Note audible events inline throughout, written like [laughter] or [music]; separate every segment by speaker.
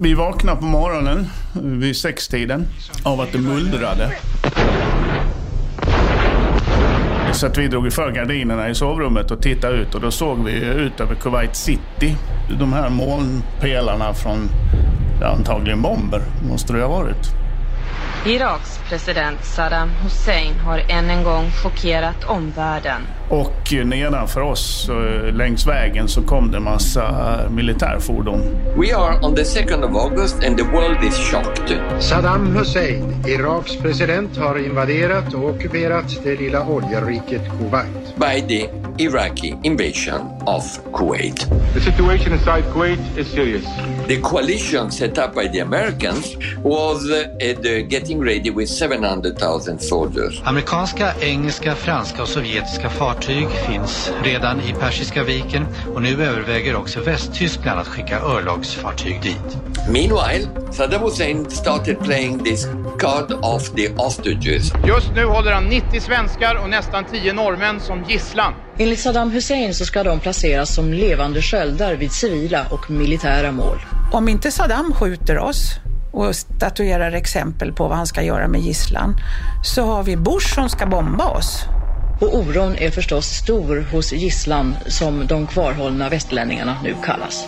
Speaker 1: Vi vaknade på morgonen vid sextiden av att det mullrade. Så att vi drog iför gardinerna i sovrummet och tittade ut och då såg vi ut över Kuwait City. De här molnpelarna från antagligen bomber, måste det ha varit.
Speaker 2: Iraks president Saddam Hussein har än en gång chockerat omvärlden.
Speaker 1: Och nedanför oss eh, längs vägen så kom det en massa militärfordon.
Speaker 3: We are on the 2nd of August and the world is shocked.
Speaker 4: Saddam Hussein, Iraks president, har invaderat och ockuperat det lilla oljeriket Kuwait.
Speaker 3: by the Iraqi invasion of Kuwait.
Speaker 5: The situation inside Kuwait is serious.
Speaker 3: The coalition set up by the Americans was uh, at, uh, getting ready with 700,000 soldiers.
Speaker 6: Amerikanska, engelska, franska och sovjetiska fartyg finns redan i Persiska viken och nu överväger också Västtyskland att skicka örlogsfartyg dit.
Speaker 3: Meanwhile, Saddam Hussein started playing this card of the hostages.
Speaker 7: Just nu håller han 90 svenskar och nästan 10 norrmän som gisslan.
Speaker 8: Enligt Saddam Hussein så ska de placeras som levande sköldar vid civila och militära mål.
Speaker 9: Om inte Saddam skjuter oss och statuerar exempel på vad han ska göra med gisslan så har vi Bush som ska bomba oss.
Speaker 8: Och oron är förstås stor hos gisslan som de kvarhållna västlänningarna nu kallas.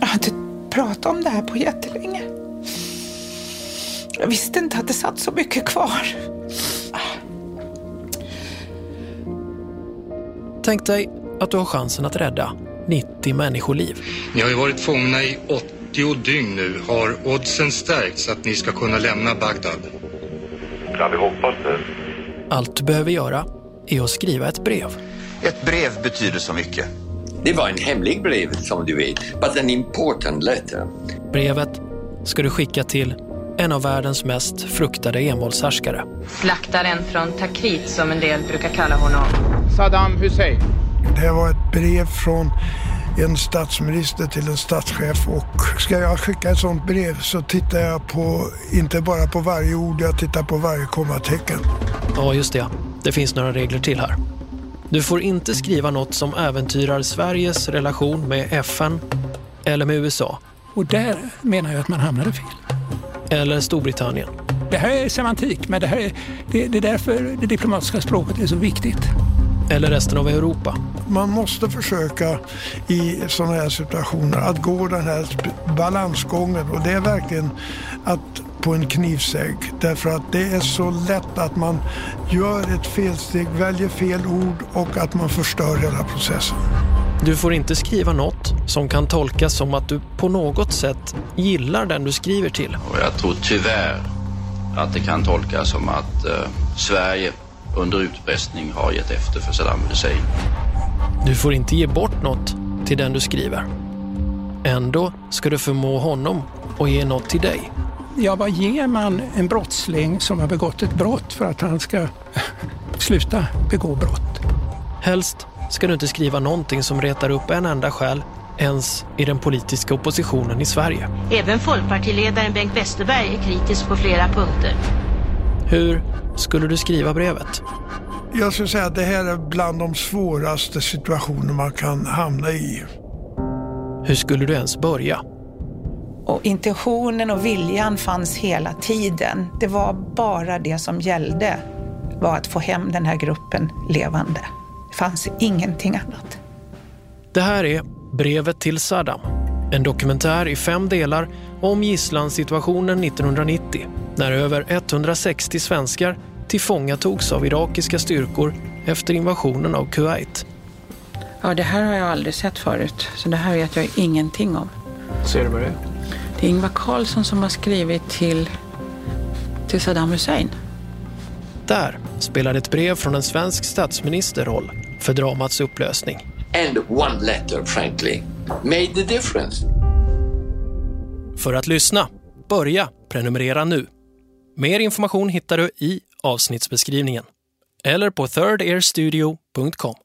Speaker 9: Jag har inte pratat om det här på jättelänge. Jag visste inte att det satt så mycket kvar.
Speaker 10: Tänk dig att du har chansen att rädda 90 människoliv.
Speaker 4: Ni har ju varit fångna i 80 dygn nu. Har oddsen stärkts att ni ska kunna lämna Bagdad?
Speaker 5: Kan vi hoppas det?
Speaker 10: Allt du behöver göra är att skriva ett brev.
Speaker 11: Ett brev betyder så mycket.
Speaker 3: Det var en hemlig brev som du vet, but an important letter.
Speaker 10: Brevet ska du skicka till en av världens mest fruktade envåldshärskare.
Speaker 2: Slaktaren från Takrit som en del brukar kalla honom.
Speaker 7: Saddam Hussein.
Speaker 12: Det var ett brev från en statsminister till en statschef och ska jag skicka ett sånt brev så tittar jag på, inte bara på varje ord, jag tittar på varje kommatecken.
Speaker 10: Ja, just det. Det finns några regler till här. Du får inte skriva något som äventyrar Sveriges relation med FN eller med USA
Speaker 13: Och där menar jag att man hamnade fel.
Speaker 10: eller Storbritannien.
Speaker 13: Det här är semantik, men det, här är, det, det är därför det diplomatiska språket är så viktigt.
Speaker 10: Eller resten av Europa.
Speaker 12: Man måste försöka i sådana här situationer att gå den här sp- balansgången och det är verkligen att på en knivsägg därför att det är så lätt att man gör ett felsteg, väljer fel ord och att man förstör hela processen.
Speaker 10: Du får inte skriva något som kan tolkas som att du på något sätt gillar den du skriver till.
Speaker 14: Och jag tror tyvärr att det kan tolkas som att eh, Sverige under utpressning har gett efter för Saddam Hussein.
Speaker 10: Du får inte ge bort något till den du skriver. Ändå ska du förmå honom att ge något till dig.
Speaker 13: Ja, vad ger man en brottsling som har begått ett brott för att han ska [laughs] sluta begå brott?
Speaker 10: Helst ska du inte skriva någonting som retar upp en enda själ ens i den politiska oppositionen i Sverige.
Speaker 15: Även folkpartiledaren Bengt Westerberg är kritisk på flera punkter.
Speaker 10: Hur skulle du skriva brevet?
Speaker 12: Jag skulle säga att det här är bland de svåraste situationer man kan hamna i.
Speaker 10: Hur skulle du ens börja?
Speaker 9: Och intentionen och viljan fanns hela tiden. Det var bara det som gällde, var att få hem den här gruppen levande. Det fanns ingenting annat.
Speaker 10: Det här är Brevet till Saddam. En dokumentär i fem delar om gisslansituationen 1990 när över 160 svenskar tillfångatogs av irakiska styrkor efter invasionen av Kuwait.
Speaker 9: Ja, det här har jag aldrig sett förut, så det här vet jag ingenting om.
Speaker 13: Ser du vad det är?
Speaker 9: Det är Ingvar Carlsson som har skrivit till, till Saddam Hussein.
Speaker 10: Där spelade ett brev från en svensk statsminister roll för dramats upplösning.
Speaker 3: And one letter, frankly, made the difference.
Speaker 10: För att lyssna, börja prenumerera nu. Mer information hittar du i avsnittsbeskrivningen eller på thirdearstudio.com.